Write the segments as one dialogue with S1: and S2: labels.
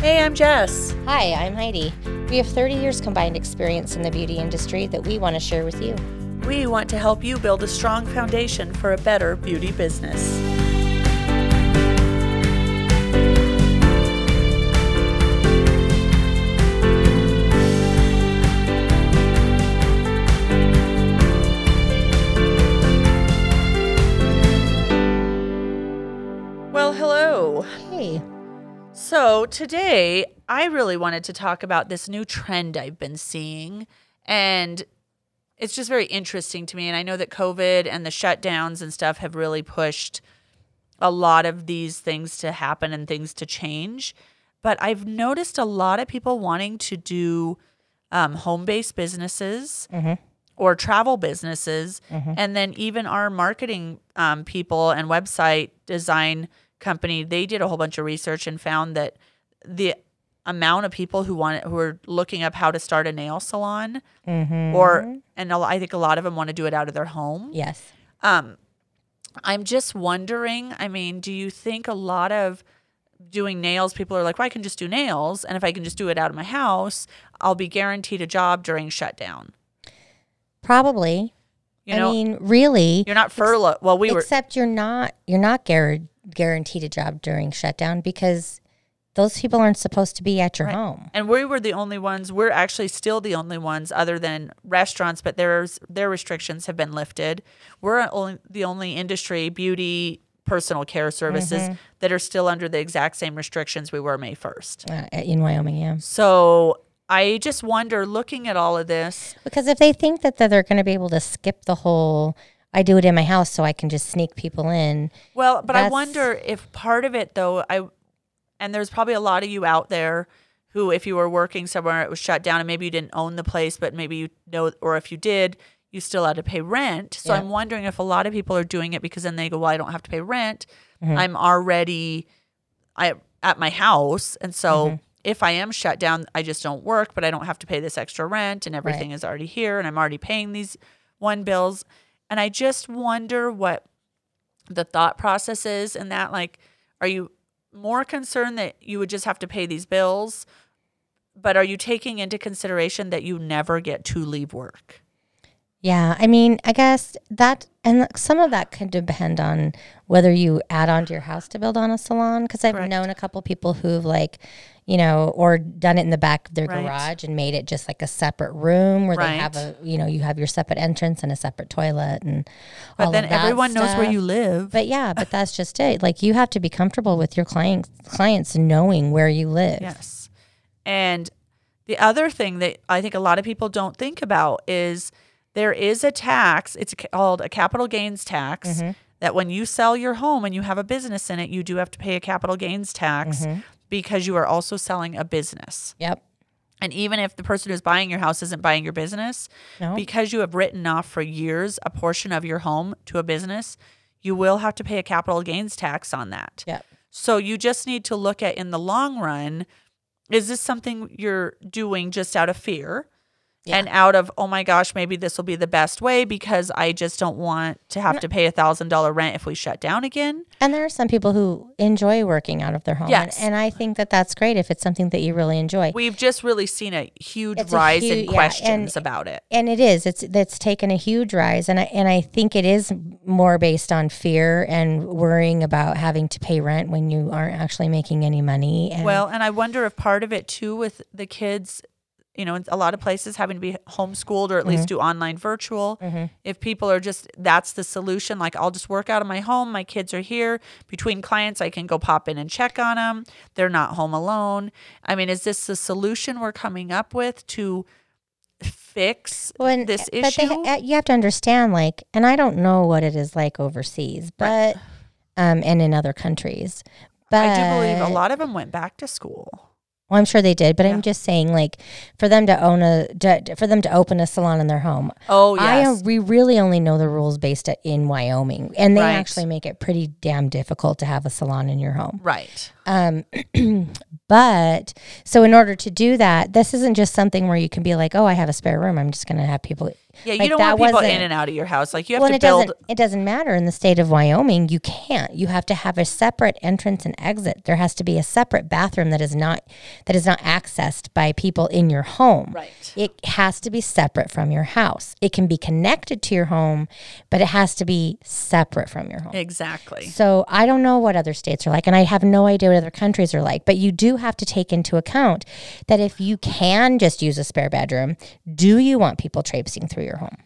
S1: I'm Jess.
S2: Hi, I'm Heidi. We have 30 years combined experience in the beauty industry that we want to share with you.
S1: We want to help you build a strong foundation for a better beauty business. Well, hello.
S2: Hey.
S1: So, today I really wanted to talk about this new trend I've been seeing. And it's just very interesting to me. And I know that COVID and the shutdowns and stuff have really pushed a lot of these things to happen and things to change. But I've noticed a lot of people wanting to do um, home based businesses or travel businesses. And then even our marketing um, people and website design company, they did a whole bunch of research and found that the amount of people who want who are looking up how to start a nail salon or and a lo- I think a lot of them want to do it out of their home.
S2: Yes.
S1: Um, I'm just wondering, I mean, do you think a lot of doing nails people are like, "Well, I can just do nails and if I can just do it out of my house, I'll be guaranteed a job during shutdown."
S2: Probably.
S1: You know,
S2: I mean, really.
S1: you're not furlough. Well, we were
S2: except you're not you're not guar- guaranteed a job during shutdown because those people aren't supposed to be at your home.
S1: And we were the only ones. We're actually still the only ones, other than restaurants, but there's their restrictions have been lifted. We're only the only industry, beauty, personal care services,
S2: Mm-hmm.
S1: that are still under the exact same restrictions we were May first.
S2: Uh, in Wyoming, yeah.
S1: So I just wonder, looking at all of this,
S2: Because if they think that, that they're going to be able to skip the whole I do it in my house so I can just sneak people in.
S1: Well, but I
S2: That's-
S1: wonder if part of it though, I and there's probably a lot of you out there who if you were working somewhere it was shut down and maybe you didn't own the place, but maybe you know or if you did, you still had to pay rent. So
S2: Yeah.
S1: I'm wondering if a lot of people are doing it because then they go, Well, I don't have to pay rent.
S2: Mm-hmm.
S1: I'm already I at my house. And so
S2: Mm-hmm.
S1: if I am shut down, I just don't work, but I don't have to pay this extra rent and everything is already here and I'm already paying these one bills. And I just wonder what the thought process is in that like are you more concerned that you would just have to pay these bills but are you taking into consideration that you never get to leave work
S2: Yeah, I mean, I guess that and look, some of that could depend on whether you add on to your house to build on a salon. Because I've
S1: Correct.
S2: known a couple people who've like, you know, or done it in the back of their
S1: Right.
S2: garage and made it just like a separate room where they have
S1: Right.
S2: a, you know, you have your separate entrance and a separate toilet and.
S1: but
S2: all
S1: then
S2: of that
S1: everyone knows where
S2: stuff.
S1: you live
S2: But yeah, but that's just it. Like you have to be comfortable with your clients clients knowing where you live.
S1: Yes. And the other thing that I think a lot of people don't think about is there is a tax. It's called a capital gains tax. That when you sell your home and you have a business in it, you do have to pay a capital gains tax because you are also selling a business.
S2: Yep.
S1: And even if the person who's buying your house isn't buying your business,
S2: No.
S1: because you have written off for years a portion of your home to a business, you will have to pay a capital gains tax on that.
S2: Yep.
S1: So you just need to look at in the long run is this something you're doing just out of fear and out of, oh my gosh, maybe this will be the best way because I just don't want to have to pay a $1,000 rent if we shut down again?
S2: And there are some people who enjoy working out of their home.
S1: Yes.
S2: And, and I think that that's great if it's something that you really enjoy.
S1: We've just really seen a huge
S2: It's a
S1: rise
S2: huge-
S1: in
S2: yeah, and-
S1: questions about it.
S2: and it is. It's that's taken a huge rise and I and I think it is more based on fear and worrying about having to pay rent when you aren't actually making any money. And
S1: Well, and I wonder if part of it too with the kids, you know, in a lot of places having to be homeschooled or at least do online virtual. If people are just, that's the solution. Like, I'll just work out of my home. My kids are here. Between clients, I can go pop in and check on them. They're not home alone. I mean, is this the solution we're coming up with to fix
S2: When-
S1: this
S2: but they-
S1: issue?
S2: uh, you have to understand, like, and I don't know what it is like overseas, but um, and in other countries. eh, But
S1: I do believe a lot of them went back to school.
S2: Well, I'm sure they did, but I'm just saying, like, for them to own a, to, for them to open a salon in their home.
S1: Oh,
S2: I uh,
S1: yes.
S2: we really only know the rules based at, in Wyoming, and they
S1: Right.
S2: actually make it pretty damn difficult to have a salon in your home.
S1: right.
S2: Um, But so in order to do that, this isn't just something where you can be like, oh, I have a spare room. I'm just going to have people.
S1: Yeah, you
S2: Like,
S1: don't
S2: that
S1: want people
S2: wasn't-
S1: in and out of your house. Like you have
S2: Well, and
S1: to
S2: it
S1: build.
S2: doesn't. It doesn't matter in the state of Wyoming. You can't. You have to have a separate entrance and exit. There has to be a separate bathroom that is not that is not accessed by people in your home.
S1: Right.
S2: It has to be separate from your house. It can be connected to your home, but it has to be separate from your home.
S1: Exactly.
S2: So I don't know what other states are like, and I have no idea what other countries are like. But you do have to take into account that if you can just use a spare bedroom, do you want people traipsing through your home?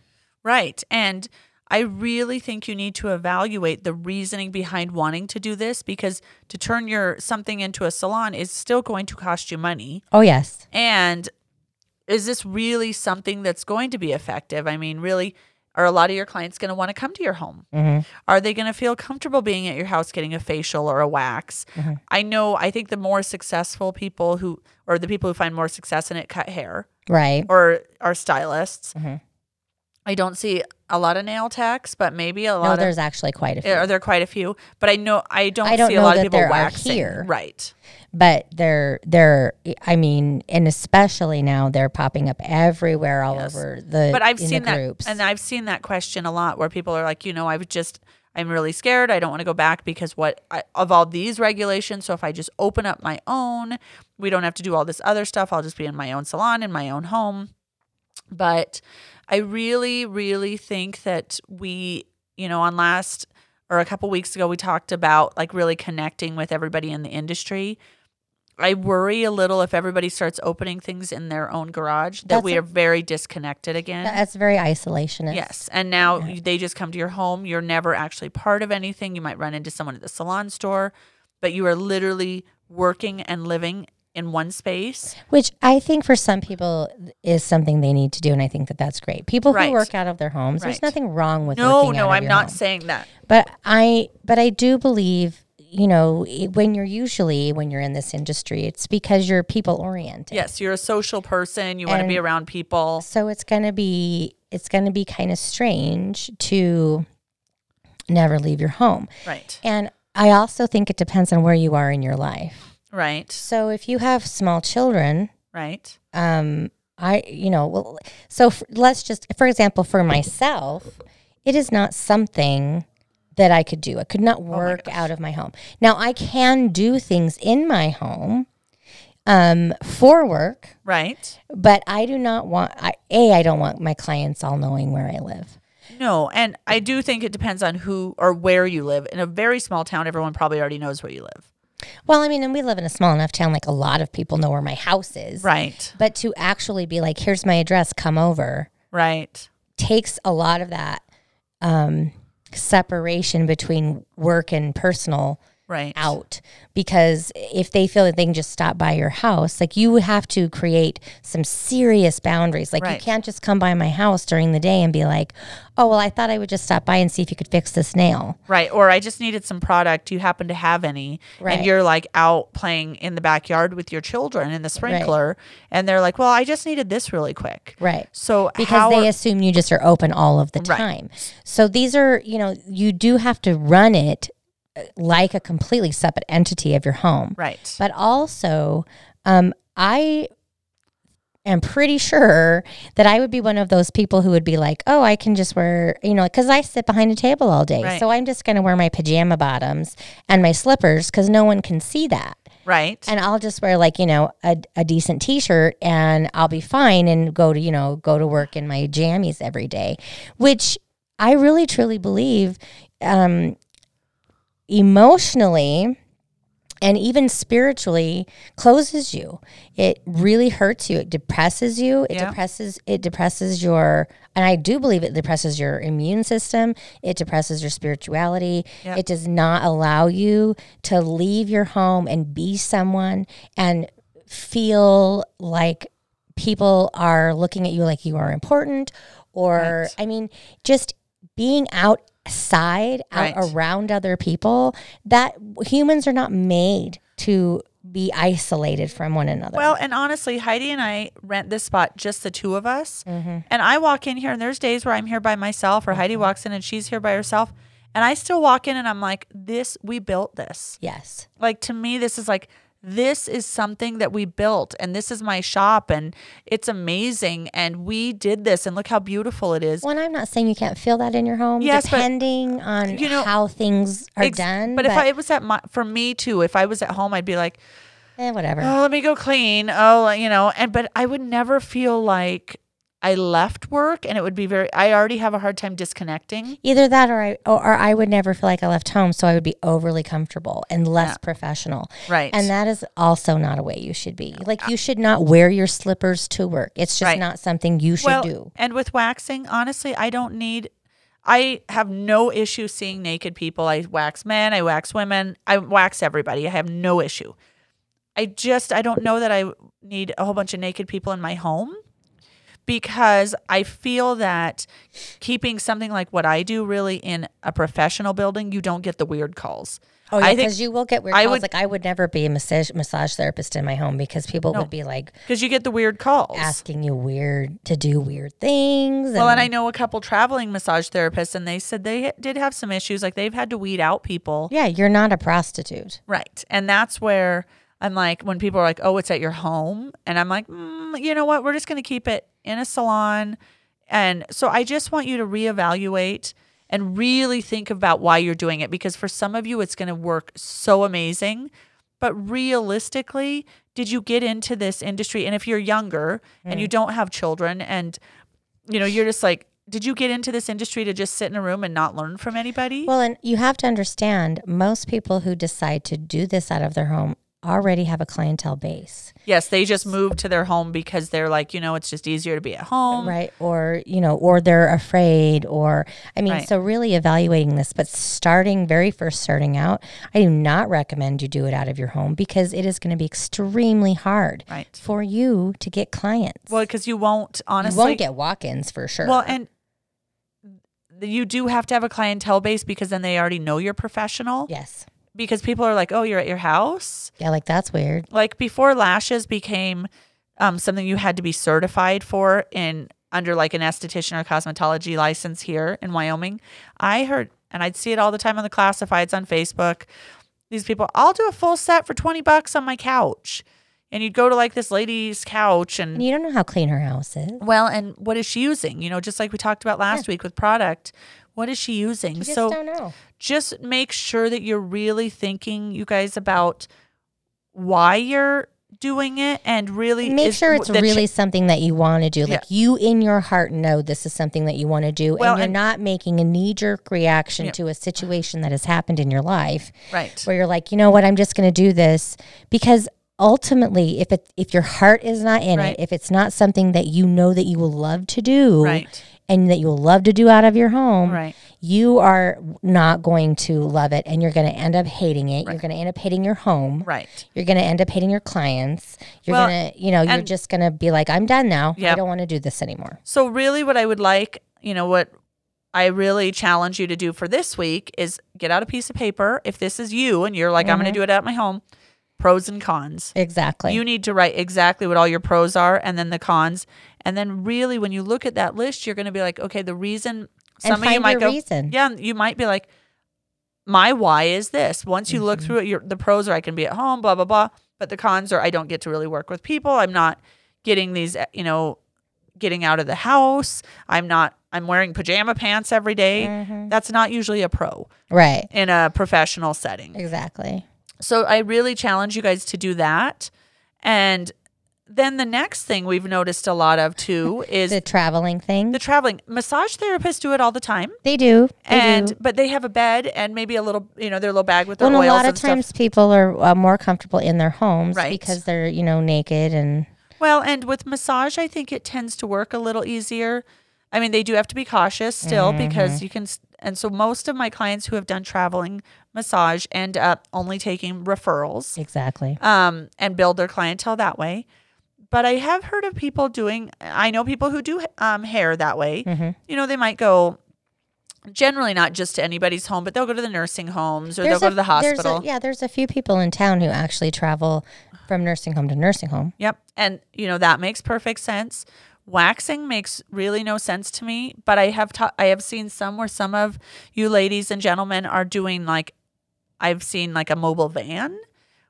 S1: Right. And I really think you need to evaluate the reasoning behind wanting to do this because to turn your something into a salon is still going to cost you money.
S2: Oh yes,
S1: And is this really something that's going to be effective? I mean, really, are a lot of your clients going to want to come to your home? Are they going to feel comfortable being at your house getting a facial or a wax? I know, I think the more successful people who, or the people who find more success in it, cut hair
S2: right.
S1: or are stylists.
S2: Mhm.
S1: I don't see a lot of nail techs, but maybe a
S2: No,
S1: lot
S2: there's actually quite a
S1: of. Are
S2: few,
S1: there quite a few? But I know I don't,
S2: I don't
S1: see a
S2: know
S1: lot of
S2: that
S1: people
S2: there are
S1: waxing.
S2: here.
S1: Right.
S2: but they're they're. I mean, and especially now they're popping up everywhere all
S1: Yes.
S2: over the.
S1: But I've
S2: in
S1: seen
S2: the
S1: that,
S2: groups.
S1: and I've seen that question a lot, where people are like, you know, I've just, I'm really scared. I don't want to go back because what I, of all these regulations. So if I just open up my own, we don't have to do all this other stuff. I'll just be in my own salon in my own home. But I really, really think that we, you know, on last or a couple weeks ago, we talked about like really connecting with everybody in the industry. I worry a little if everybody starts opening things in their own garage that
S2: That's
S1: we
S2: a-
S1: are very disconnected again.
S2: that's very isolationist.
S1: Yes. And now they just come to your home. You're never actually part of anything. You might run into someone at the salon store, but you are literally working and living in one space.
S2: Which I think for some people is something they need to do, and I think that that's great. People
S1: Right.
S2: who work out of their homes,
S1: Right.
S2: there's nothing wrong with
S1: No,
S2: working out
S1: no,
S2: of
S1: I'm
S2: your
S1: not
S2: home.
S1: saying that.
S2: But I, but I do believe, you know, it- when you're usually when you're in this industry, it's because you're people oriented.
S1: Yes, you're a social person. You want to be
S2: And-
S1: around people.
S2: So it's gonna be it's gonna be kind of strange to never leave your home,
S1: Right.
S2: and I also think it depends on where you are in your life.
S1: Right.
S2: So if you have small children,
S1: Right.
S2: um i you know well so f let's just for example for myself it is not something that i could do i could not work out of my home now i can do things in my home um for work
S1: Right.
S2: but i do not want i a i don't want my clients all knowing where i live
S1: No, and I do think it depends on who or where you live. In a very small town, everyone probably already knows where you live.
S2: well i mean and we live in a small enough town like a lot of people know where my house is
S1: Right.
S2: but to actually be like here's my address come over
S1: Right.
S2: takes a lot of that um, separation between work and personal
S1: Right.
S2: out because if they feel that they can just stop by your house like you have to create some serious boundaries like you
S1: Right.
S2: can't just come by my house during the day and be like oh well i thought i would just stop by and see if you could fix this nail
S1: Right. Or I just needed some product. Do you happen to have any?
S2: Right.
S1: And you're like out playing in the backyard with your children in the sprinkler. And they're like, well, I just needed this really quick.
S2: right
S1: So
S2: because
S1: how
S2: they
S1: are-
S2: assume you just are open all of the
S1: Right.
S2: time. So these are, you know, you do have to run it uh, like a completely separate entity of your home.
S1: right.
S2: But also, um, I am pretty sure that I would be one of those people who would be like, oh, I can just wear, you know, because I sit behind a table all day.
S1: Right.
S2: So I'm just going to wear my pajama bottoms and my slippers because no one can see that.
S1: right.
S2: And I'll just wear like, you know, a, a decent t shirt and I'll be fine and go to, you know, go to work in my jammies every day, which I really truly believe um, emotionally and even spiritually closes you. It really hurts you. It depresses you. It
S1: Yeah.
S2: depresses it depresses your and I do believe it depresses your immune system. It depresses your spirituality.
S1: Yeah.
S2: It does not allow you to leave your home and be someone and feel like people are looking at you like you are important or I mean just being outside
S1: Right.
S2: out around other people that humans are not made to be isolated from one another.
S1: well, and honestly, Heidi and I rent this spot just the two of us.
S2: Mm-hmm.
S1: And I walk in here, and there's days where I'm here by myself, or Heidi walks in and she's here by herself. And I still walk in and I'm like, this, we built this.
S2: yes.
S1: Like, to me, this is like, this is something that we built and this is my shop and it's amazing and we did this and look how beautiful it is.
S2: Well, and I'm not saying you can't feel that in your home,
S1: Yes, but-
S2: depending on
S1: You know,
S2: how things are
S1: Ex-
S2: done.
S1: but, if I, it was at my, for me too, if I was at home, I'd be like,
S2: eh, whatever.
S1: oh, let me go clean. Oh, you know, and but I would never feel like I left work and it would be very, I already have a hard time disconnecting.
S2: Either that, or I, or, or I would never feel like I left home, so I would be overly comfortable and less
S1: Yeah.
S2: professional.
S1: Right. Uh,
S2: And that is also not a way you should be. Like you should not wear your slippers to work. It's just
S1: Right.
S2: not something you should do.
S1: And with waxing, honestly, I don't need. I have no issue seeing naked people. I wax men, I wax women, I wax everybody. I have no issue. I just I don't know that I need a whole bunch of naked people in my home because I feel that keeping something like what I do really in a professional building, you don't get the weird calls.
S2: Oh,
S1: I
S2: yeah,
S1: think-
S2: because you will get weird
S1: I
S2: calls.
S1: would-
S2: like I would never be a massage massage therapist in my home because people would be like
S1: Because you get the weird calls.
S2: asking you weird to do weird things.
S1: Well, and I know a couple traveling massage therapists, and they said they did have some issues. Like they've had to weed out people
S2: yeah, you're not a prostitute.
S1: Right. And that's where I'm like, when people are like, oh, it's at your home. And I'm like, mm, you know what? We're just going to keep it in a salon. And so I just want you to reevaluate and really think about why you're doing it because for some of you, it's going to work so amazing. But realistically, did you get into this industry? And if you're younger and you don't have children and, you know, you're just like, did you get into this industry to just sit in a room and not learn from anybody?
S2: Well, and you have to understand most people who decide to do this out of their home already have a clientele base,
S1: Yes, they just moved to their home because they're like, you know, it's just easier to be at home.
S2: right? Or, you know, or they're afraid or I mean,
S1: Right.
S2: so really evaluating this, but starting very first starting out, I do not recommend you do it out of your home because it is going to be extremely hard
S1: Right.
S2: for you to get clients.
S1: Well, because you won't,
S2: you
S1: honestly.
S2: won't get walk-ins for sure.
S1: Well, and th- you do have to have a clientele base because then they already know you're professional.
S2: yes.
S1: Because people are like, oh, you're at your house.
S2: Yeah, like that's weird.
S1: Like before lashes became um, something you had to be certified for in under like an esthetician or cosmetology license here in Wyoming. I heard, and I'd see it all the time on the classifieds on Facebook. These people, I'll do a full set for 20 bucks on my couch. And you'd go to like this lady's couch and
S2: And you don't know how clean her house is.
S1: well, and what is she using? You know, just like we talked about last week with product, what is she using?
S2: You just
S1: so
S2: don't know.
S1: just make sure that you're really thinking, you guys, about why you're doing it and really
S2: make
S1: is-
S2: sure it's
S1: that
S2: really something that you want to do.
S1: Yeah.
S2: Like you in your heart know this is something that you want to do,
S1: Well,
S2: and you're
S1: and-
S2: not making a knee jerk reaction
S1: Yeah.
S2: to a situation that has happened in your life,
S1: right.
S2: where you're like, you know what, I'm just going to do this because ultimately, if it if your heart is not in
S1: Right.
S2: it, if it's not something that you know that you will love to do,
S1: Right.
S2: and that you'll love to do out of your home,
S1: Right.
S2: you are not going to love it, and you're going to end up hating it. You're going to end up hating your home,
S1: Right.
S2: you're going to end up hating your clients. You're
S1: Well,
S2: going to, you know, you're
S1: and-
S2: just going to be like, I'm done now. I
S1: Yep.
S2: don't want to do this anymore.
S1: So, really, what I would like, you know, what I really challenge you to do for this week is get out a piece of paper. If this is you and you're like, I'm going to do it at my home, pros and cons.
S2: Mm-hmm. Exactly.
S1: You need to write exactly what all your pros are and then the cons. And then really when you look at that list, you're going to be like, okay, the reason
S2: And
S1: some of you
S2: find
S1: might
S2: your
S1: go
S2: reason.
S1: Yeah, you might be like my why is this. Once you look through it, your the pros are I can be at home, blah blah blah, but the cons are I don't get to really work with people. I'm not getting these, uh, you know, getting out of the house. I'm not I'm wearing pajama pants every day. That's not usually a pro
S2: right.
S1: in a professional setting.
S2: Exactly.
S1: So I really challenge you guys to do that. And then the next thing we've noticed a lot of too is
S2: The
S1: the,
S2: traveling thing.
S1: traveling. Massage therapists do it all the time.
S2: they do. They
S1: and
S2: do.
S1: but they have a bed and maybe a little, you know, their little bag with their
S2: Well, and
S1: oils
S2: a lot
S1: and
S2: of
S1: stuff.
S2: times people are uh, more comfortable in their homes
S1: Right.
S2: because they're, you know, naked and
S1: Well, and with massage, I think it tends to work a little easier. I mean, they do have to be cautious still
S2: Mm-hmm.
S1: because you can. s- And so, most of my clients who have done traveling massage end up only taking referrals.
S2: exactly.
S1: um, and build their clientele that way. But I have heard of people doing, I know people who do um, hair that way.
S2: Mm-hmm.
S1: You know, they might go generally not just to anybody's home, but they'll go to the nursing homes or they'll
S2: There's
S1: go
S2: a-
S1: to the
S2: there's a-
S1: hospital.
S2: yeah, there's a few people in town who actually travel from nursing home to nursing home.
S1: Yep. And, you know, that makes perfect sense. Waxing makes really no sense to me, but I have ta- I have seen some where some of you ladies and gentlemen are doing like I've seen like a mobile van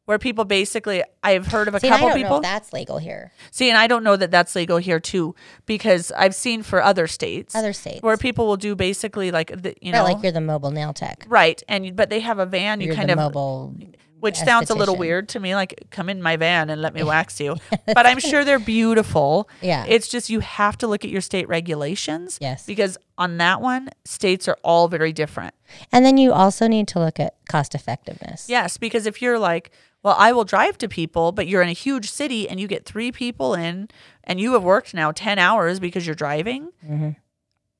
S1: where people basically I've heard of a
S2: See, and I
S1: couple
S2: don't know
S1: people.
S2: if that's legal here.
S1: See, and I don't know that that's legal here too because I've seen for other states
S2: Other states.
S1: where people will do basically like the, you
S2: Right,
S1: know
S2: like you're the mobile nail tech.
S1: right and but they have a van you
S2: You're
S1: kind
S2: the
S1: of
S2: mobile.
S1: which sounds a little
S2: esthetician.
S1: weird to me like come in my van and let me wax you but i'm sure they're beautiful
S2: Yeah.
S1: it's just you have to look at your state regulations
S2: Yes.
S1: because on that one states are all very different
S2: And then you also need to look at cost effectiveness.
S1: yes because if you're like well i will drive to people but you're in a huge city and you get three people in and you have worked now 10 hours because you're driving
S2: Mm-hmm.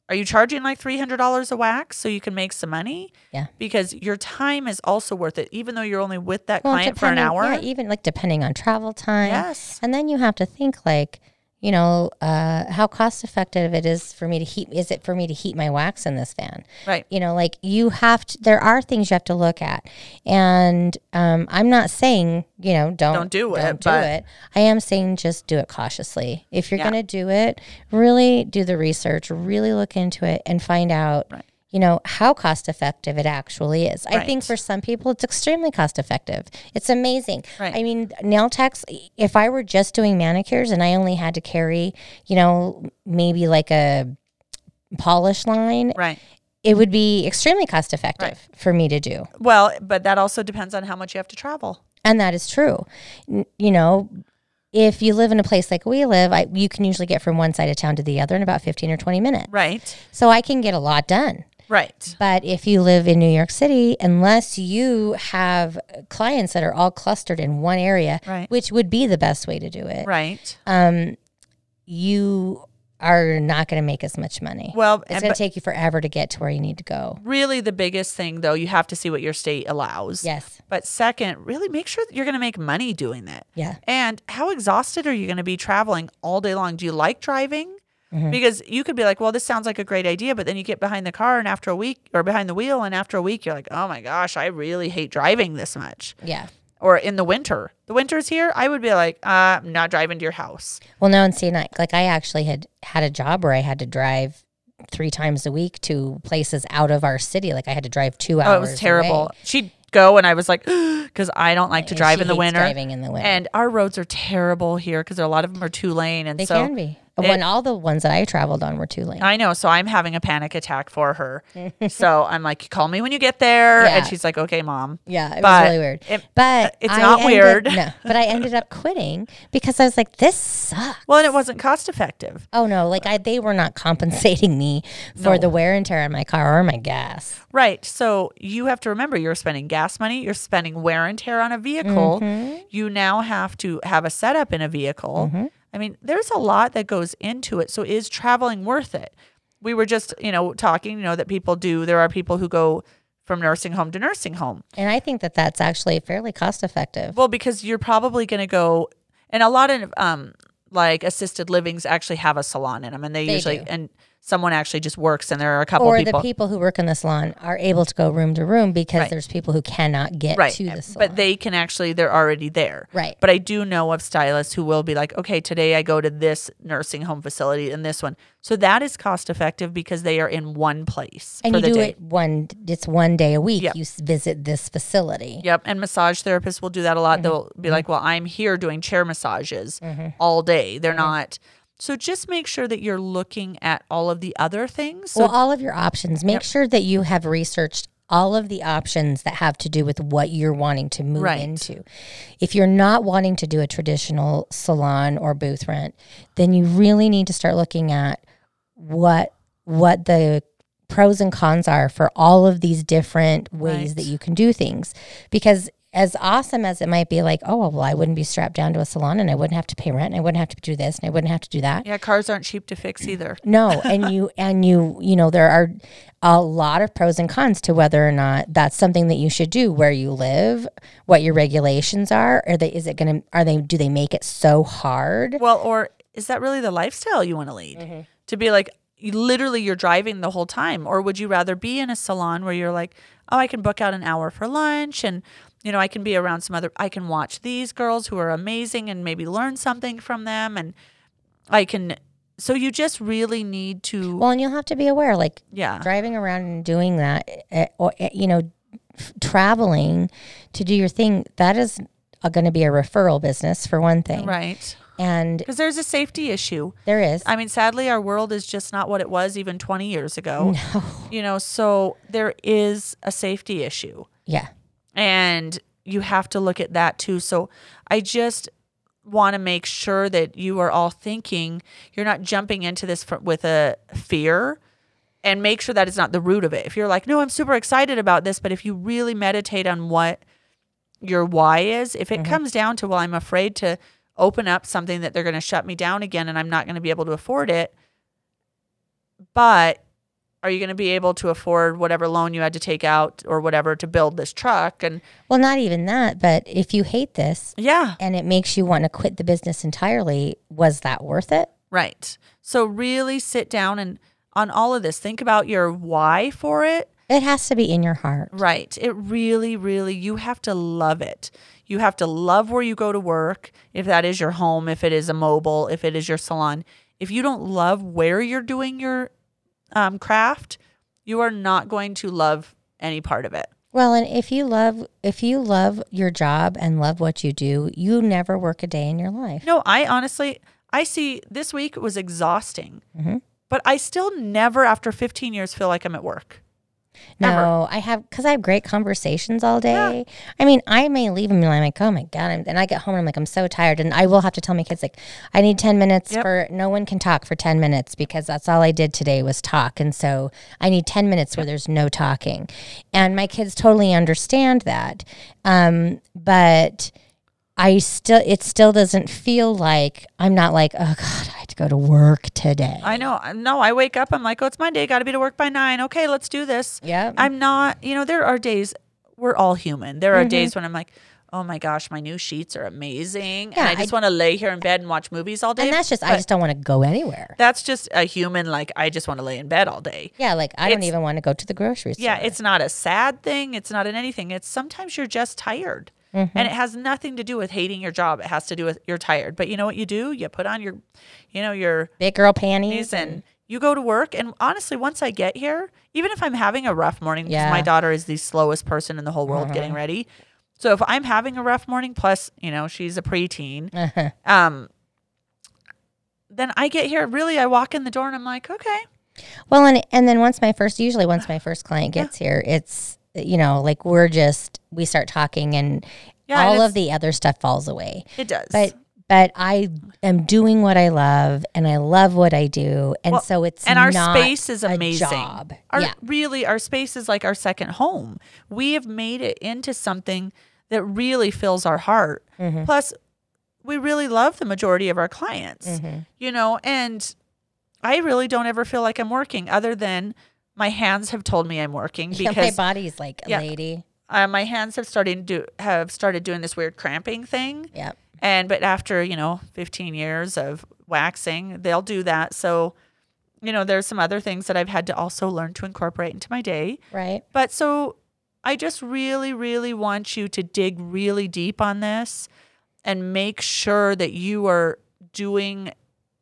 S1: are you charging like $300 a wax so you can make some money
S2: Yeah.
S1: because your time is also worth it even though you're only with that
S2: Well,
S1: client for an
S2: depending-
S1: hour
S2: Yeah, even like depending on travel time.
S1: Yes.
S2: And then you have to think like, you know, uh, how cost effective it is for me to heat. Is it for me to heat my wax in this van?
S1: right
S2: You know, like you have to. There are things you have to look at, and um, I'm not saying you know don't
S1: Don't do it,
S2: Don't do
S1: but-
S2: it. I am saying just do it cautiously. If you're
S1: Yeah.
S2: going to do it, really do the research, really look into it, and find out.
S1: Right.
S2: You know how cost effective it actually is. I think
S1: Right.
S2: for some people it's extremely cost effective. It's amazing.
S1: Right.
S2: I mean, nail techs. If I were just doing manicures and I only had to carry, you know, maybe like a polish line
S1: right
S2: it would be extremely cost effective for me to do.
S1: Well, but that also depends on how much you have to travel.
S2: And that is true. N- you know, if you live in a place like we live, I, you can usually get from one side of town to the other in about 15 or 20 minutes.
S1: Right.
S2: So I can get a lot done.
S1: Right.
S2: But if you live in New York City, unless you have clients that are all clustered in one area,
S1: Right.
S2: which would be the best way to do it,
S1: Right.
S2: um, you are not going to make as much money.
S1: Well,
S2: it's
S1: and-
S2: going
S1: but
S2: to take you forever to get to where you need to go.
S1: really the biggest thing though, you have to see what your state allows.
S2: Yes.
S1: But second, really make sure that you're going to make money doing that.
S2: Yeah.
S1: And how exhausted are you going to be traveling all day long? Do you like driving?
S2: Mm-hmm.
S1: Because you could be like, well, this sounds like a great idea, but then you get behind the car and after a week or behind the wheel and after a week you're like, "Oh my gosh, I really hate driving this much."
S2: Yeah.
S1: Or in the winter. The winter's here, I would be like, uh, I'm not driving to your house.
S2: Well, no, and see, and I, like I actually had had a job where I had to drive three times a week to places out of our city. Like I had to drive two hours.
S1: Oh, it was terrible.
S2: away.
S1: She'd go and I was like, because I don't like to
S2: And
S1: drive
S2: she
S1: in the
S2: hates
S1: winter.
S2: Driving in the winter,
S1: And our roads are terrible here because a lot of them are two lane. And
S2: they
S1: so Um,
S2: can be. when all the ones that I traveled on were too late.
S1: I know. So I'm having a panic attack for her. so I'm like, call me when you get there. And
S2: Yeah.
S1: she's like, okay, mom.
S2: yeah, it
S1: but
S2: was really weird.
S1: it- uh,
S2: but
S1: it's
S2: I
S1: not
S2: ended-
S1: weird.
S2: No, but I ended up quitting because I was like, "This sucks."
S1: Well, and it wasn't cost effective.
S2: Oh no! Like I, they were not compensating me for the wear and tear on my car or my gas.
S1: Right. So you have to remember you're spending gas money, you're spending wear and tear on a vehicle.
S2: Mm-hmm.
S1: You now have to have a setup in a vehicle. I mean, there's a lot that goes into it. So is traveling worth it? We were just, you know, talking, you know, that people do. There are people who go from nursing home to nursing home.
S2: And I think that that's actually fairly cost effective.
S1: Well, because you're probably going to go, and a lot of um, like assisted livings actually have a salon in them, and they,
S2: They
S1: usually
S2: do.
S1: and someone actually just works, and there are a couple
S2: or
S1: people,
S2: the people who work in the salon are able to go room to room because
S1: Right.
S2: there's people who cannot get
S1: right?
S2: to the salon.
S1: But they can actually they're already there,
S2: Right.
S1: But I do know of stylists who will be like, okay, today I go to this nursing home facility and this one, so that is cost effective because they are in one place
S2: and
S1: for
S2: you
S1: the
S2: do
S1: day.
S2: it one. It's one day a week.
S1: Yep.
S2: You s- visit this facility.
S1: Yep. And massage therapists will do that a lot. They'll be
S2: Mm-hmm.
S1: like, well, I'm here doing chair massages all day.
S2: Mm-hmm.
S1: They're not. So just make sure that you're looking at all of the other things. So,
S2: well, all of your options. Make sure that you have researched all of the options that have to do with what you're wanting to move
S1: Right.
S2: into. If you're not wanting to do a traditional salon or booth rent, then you really need to start looking at what what the pros and cons are for all of these different ways
S1: Right.
S2: that you can do things because as awesome as it might be like oh well i wouldn't be strapped down to a salon and i wouldn't have to pay rent and i wouldn't have to do this and i wouldn't have to do that
S1: yeah, cars aren't cheap to fix either.
S2: no, and you and you you know there are a lot of pros and cons to whether or not that's something that you should do where you live, what your regulations are, are they is it going to are they do they make it so hard?
S1: Well, or is that really the lifestyle you want to lead?
S2: Mm-hmm.
S1: To be like, you- literally, you're driving the whole time. Or would you rather be in a salon where you're like, oh, I can book out an hour for lunch and, you know, I can be around some other, I can watch these girls who are amazing and maybe learn something from them. And I can, so you just really need to,
S2: Well, and you'll have to be aware like
S1: yeah.
S2: driving around and doing eh, that eh, or eh, you know f- traveling to do your thing that is going to be a referral business for one thing.
S1: Right.
S2: And
S1: Because there's a safety issue.
S2: there is.
S1: I mean, sadly, our world is just not what it was even 20 years ago. You know, so there is a safety issue.
S2: yeah.
S1: And you have to look at that too. So I just want to make sure that you are all thinking, you're not jumping into this fr- with a fear and make sure that it's not the root of it. If you're like, no, I'm super excited about this, but if you really meditate on what your why is, if it comes down to, well, I'm afraid to open up something that they're going to shut me down again and I'm not going to be able to afford it, but are you going to be able to afford whatever loan you had to take out or whatever to build this truck? And
S2: Well, not even that, but if you hate this
S1: yeah,
S2: and it makes you want to quit the business entirely, was that worth it?
S1: right. So really sit down and on all of this, think about your why for it
S2: It has to be in your heart.
S1: Right. It really, really, you have to love it. You have to love where you go to work, if that is your home, if it is a mobile, if it is your salon. If you don't love where you're doing your um, craft, you are not going to love any part of it.
S2: Well, and if you love if you love your job and love what you do, you never work a day in your life.
S1: No, I honestly, I see this week was exhausting, but I still never, after 15 years, feel like I'm at work.
S2: No, I have because I have great conversations all day. I mean, I may leave and be like, "Oh my god!" I'm, and I get home and I'm like, "I'm so tired," and I will have to tell my kids like, "I need ten minutes
S1: Yep.
S2: for no one can talk for ten minutes because that's all I did today was talk, and so I need ten minutes where there's no talking." And my kids totally understand that, um, but I still it still doesn't feel like I'm not like, "Oh God, I had to go to work today."
S1: I know. No, I wake up. I'm like, oh, it's Monday. Got to be to work by nine. Okay, let's do this.
S2: Yep.
S1: I'm not, you know, there are days, we're all human. There are
S2: Mm-hmm.
S1: days when I'm like, oh my gosh, my new sheets are amazing. and
S2: Yeah,
S1: I just want to lay here in bed and watch movies all day.
S2: and that's just I just don't want to go anywhere.
S1: That's just a human, like, I just want to lay in bed all day.
S2: Yeah, like I don't
S1: It's-
S2: even want to go to the grocery store.
S1: Yeah, it's not a sad thing. It's not an anything. It's sometimes you're just tired.
S2: Mm-hmm.
S1: And it has nothing to do with hating your job. It has to do with you're tired. But you know what you do? You put on your, you know, your
S2: big girl panties.
S1: and you go to work and honestly once i get here even if i'm having a rough morning because
S2: Yeah. Mm-hmm.
S1: my daughter is the slowest person in the whole world getting ready so if i'm having a rough morning plus you know she's a preteen
S2: Uh-huh.
S1: um then i get here really i walk in the door and i'm like okay
S2: Well, and and then once my first, usually once my first client gets here, it's you know like we're just we start talking and
S1: Yeah, and
S2: all
S1: it's-
S2: of the other stuff falls away.
S1: it does
S2: But but I am doing what I love and I love what I do, and
S1: Well,
S2: so it's
S1: and our
S2: not
S1: space is
S2: a
S1: amazing.
S2: job.
S1: Our,
S2: yeah,
S1: Really, our space is like our second home. We have made it into something that really fills our heart.
S2: Mm-hmm.
S1: Plus, we really love the majority of our clients,
S2: Mm-hmm.
S1: you know, and I really don't ever feel like I'm working other than my hands have told me I'm working
S2: Yeah,
S1: because
S2: my body's like a
S1: Yeah.
S2: lady.
S1: uh, my hands have started do have started doing this weird cramping thing.
S2: Yep.
S1: And but after, you know, 15 years of waxing, they'll do that. So, you know, there's some other things that I've had to also learn to incorporate into my day.
S2: Right.
S1: But so I just really really want you to dig really deep on this and make sure that you are doing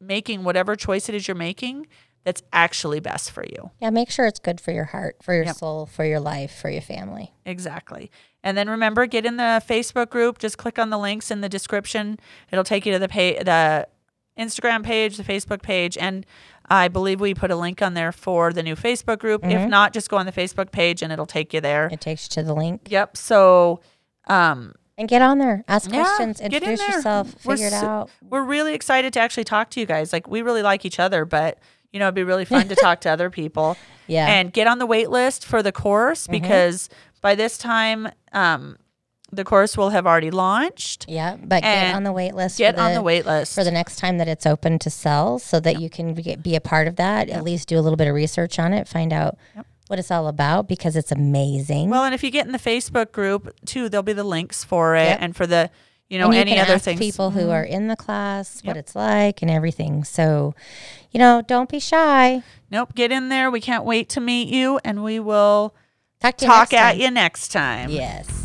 S1: making whatever choice it is you're making that's actually best for you.
S2: Yeah. Make sure it's good for your heart, for your
S1: Yep.
S2: soul, for your life, for your family.
S1: Exactly. And then remember, get in the Facebook group. Just click on the links in the description. It'll take you to the pa- the Instagram page, the Facebook page, and I believe we put a link on there for the new Facebook group. If
S2: Mm-hmm.
S1: not, just go on the Facebook page and it'll take you there.
S2: It takes you to the link.
S1: Yep. So, um,
S2: And get on there, ask
S1: yeah,
S2: questions,
S1: get in
S2: introduce
S1: there.
S2: yourself,
S1: We're
S2: figure it
S1: su-
S2: out.
S1: We're really excited to actually talk to you guys. Like, we really like each other, but you know, it'd be really fun to talk to other people.
S2: Yeah. Mm-hmm.
S1: and get on the wait list for the course because by this time um, the course will have already launched
S2: yeah. But get
S1: and
S2: on the wait list.
S1: get
S2: for
S1: on the wait list
S2: For the next time that it's open to sell, so that you can be, be a part of that, at least do a little bit of research on it, find out what it's all about because it's amazing.
S1: well and if you get in the facebook group too there'll be the links for it
S2: Yep.
S1: and for the you know
S2: and you
S1: any
S2: can
S1: other
S2: ask
S1: things Mm-hmm.
S2: people who are in the class, what it's like, and everything. So, you know, don't be shy.
S1: nope get in there we can't wait to meet you and we will
S2: Talk to you.
S1: talk
S2: next
S1: at
S2: time.
S1: you next time
S2: Yes.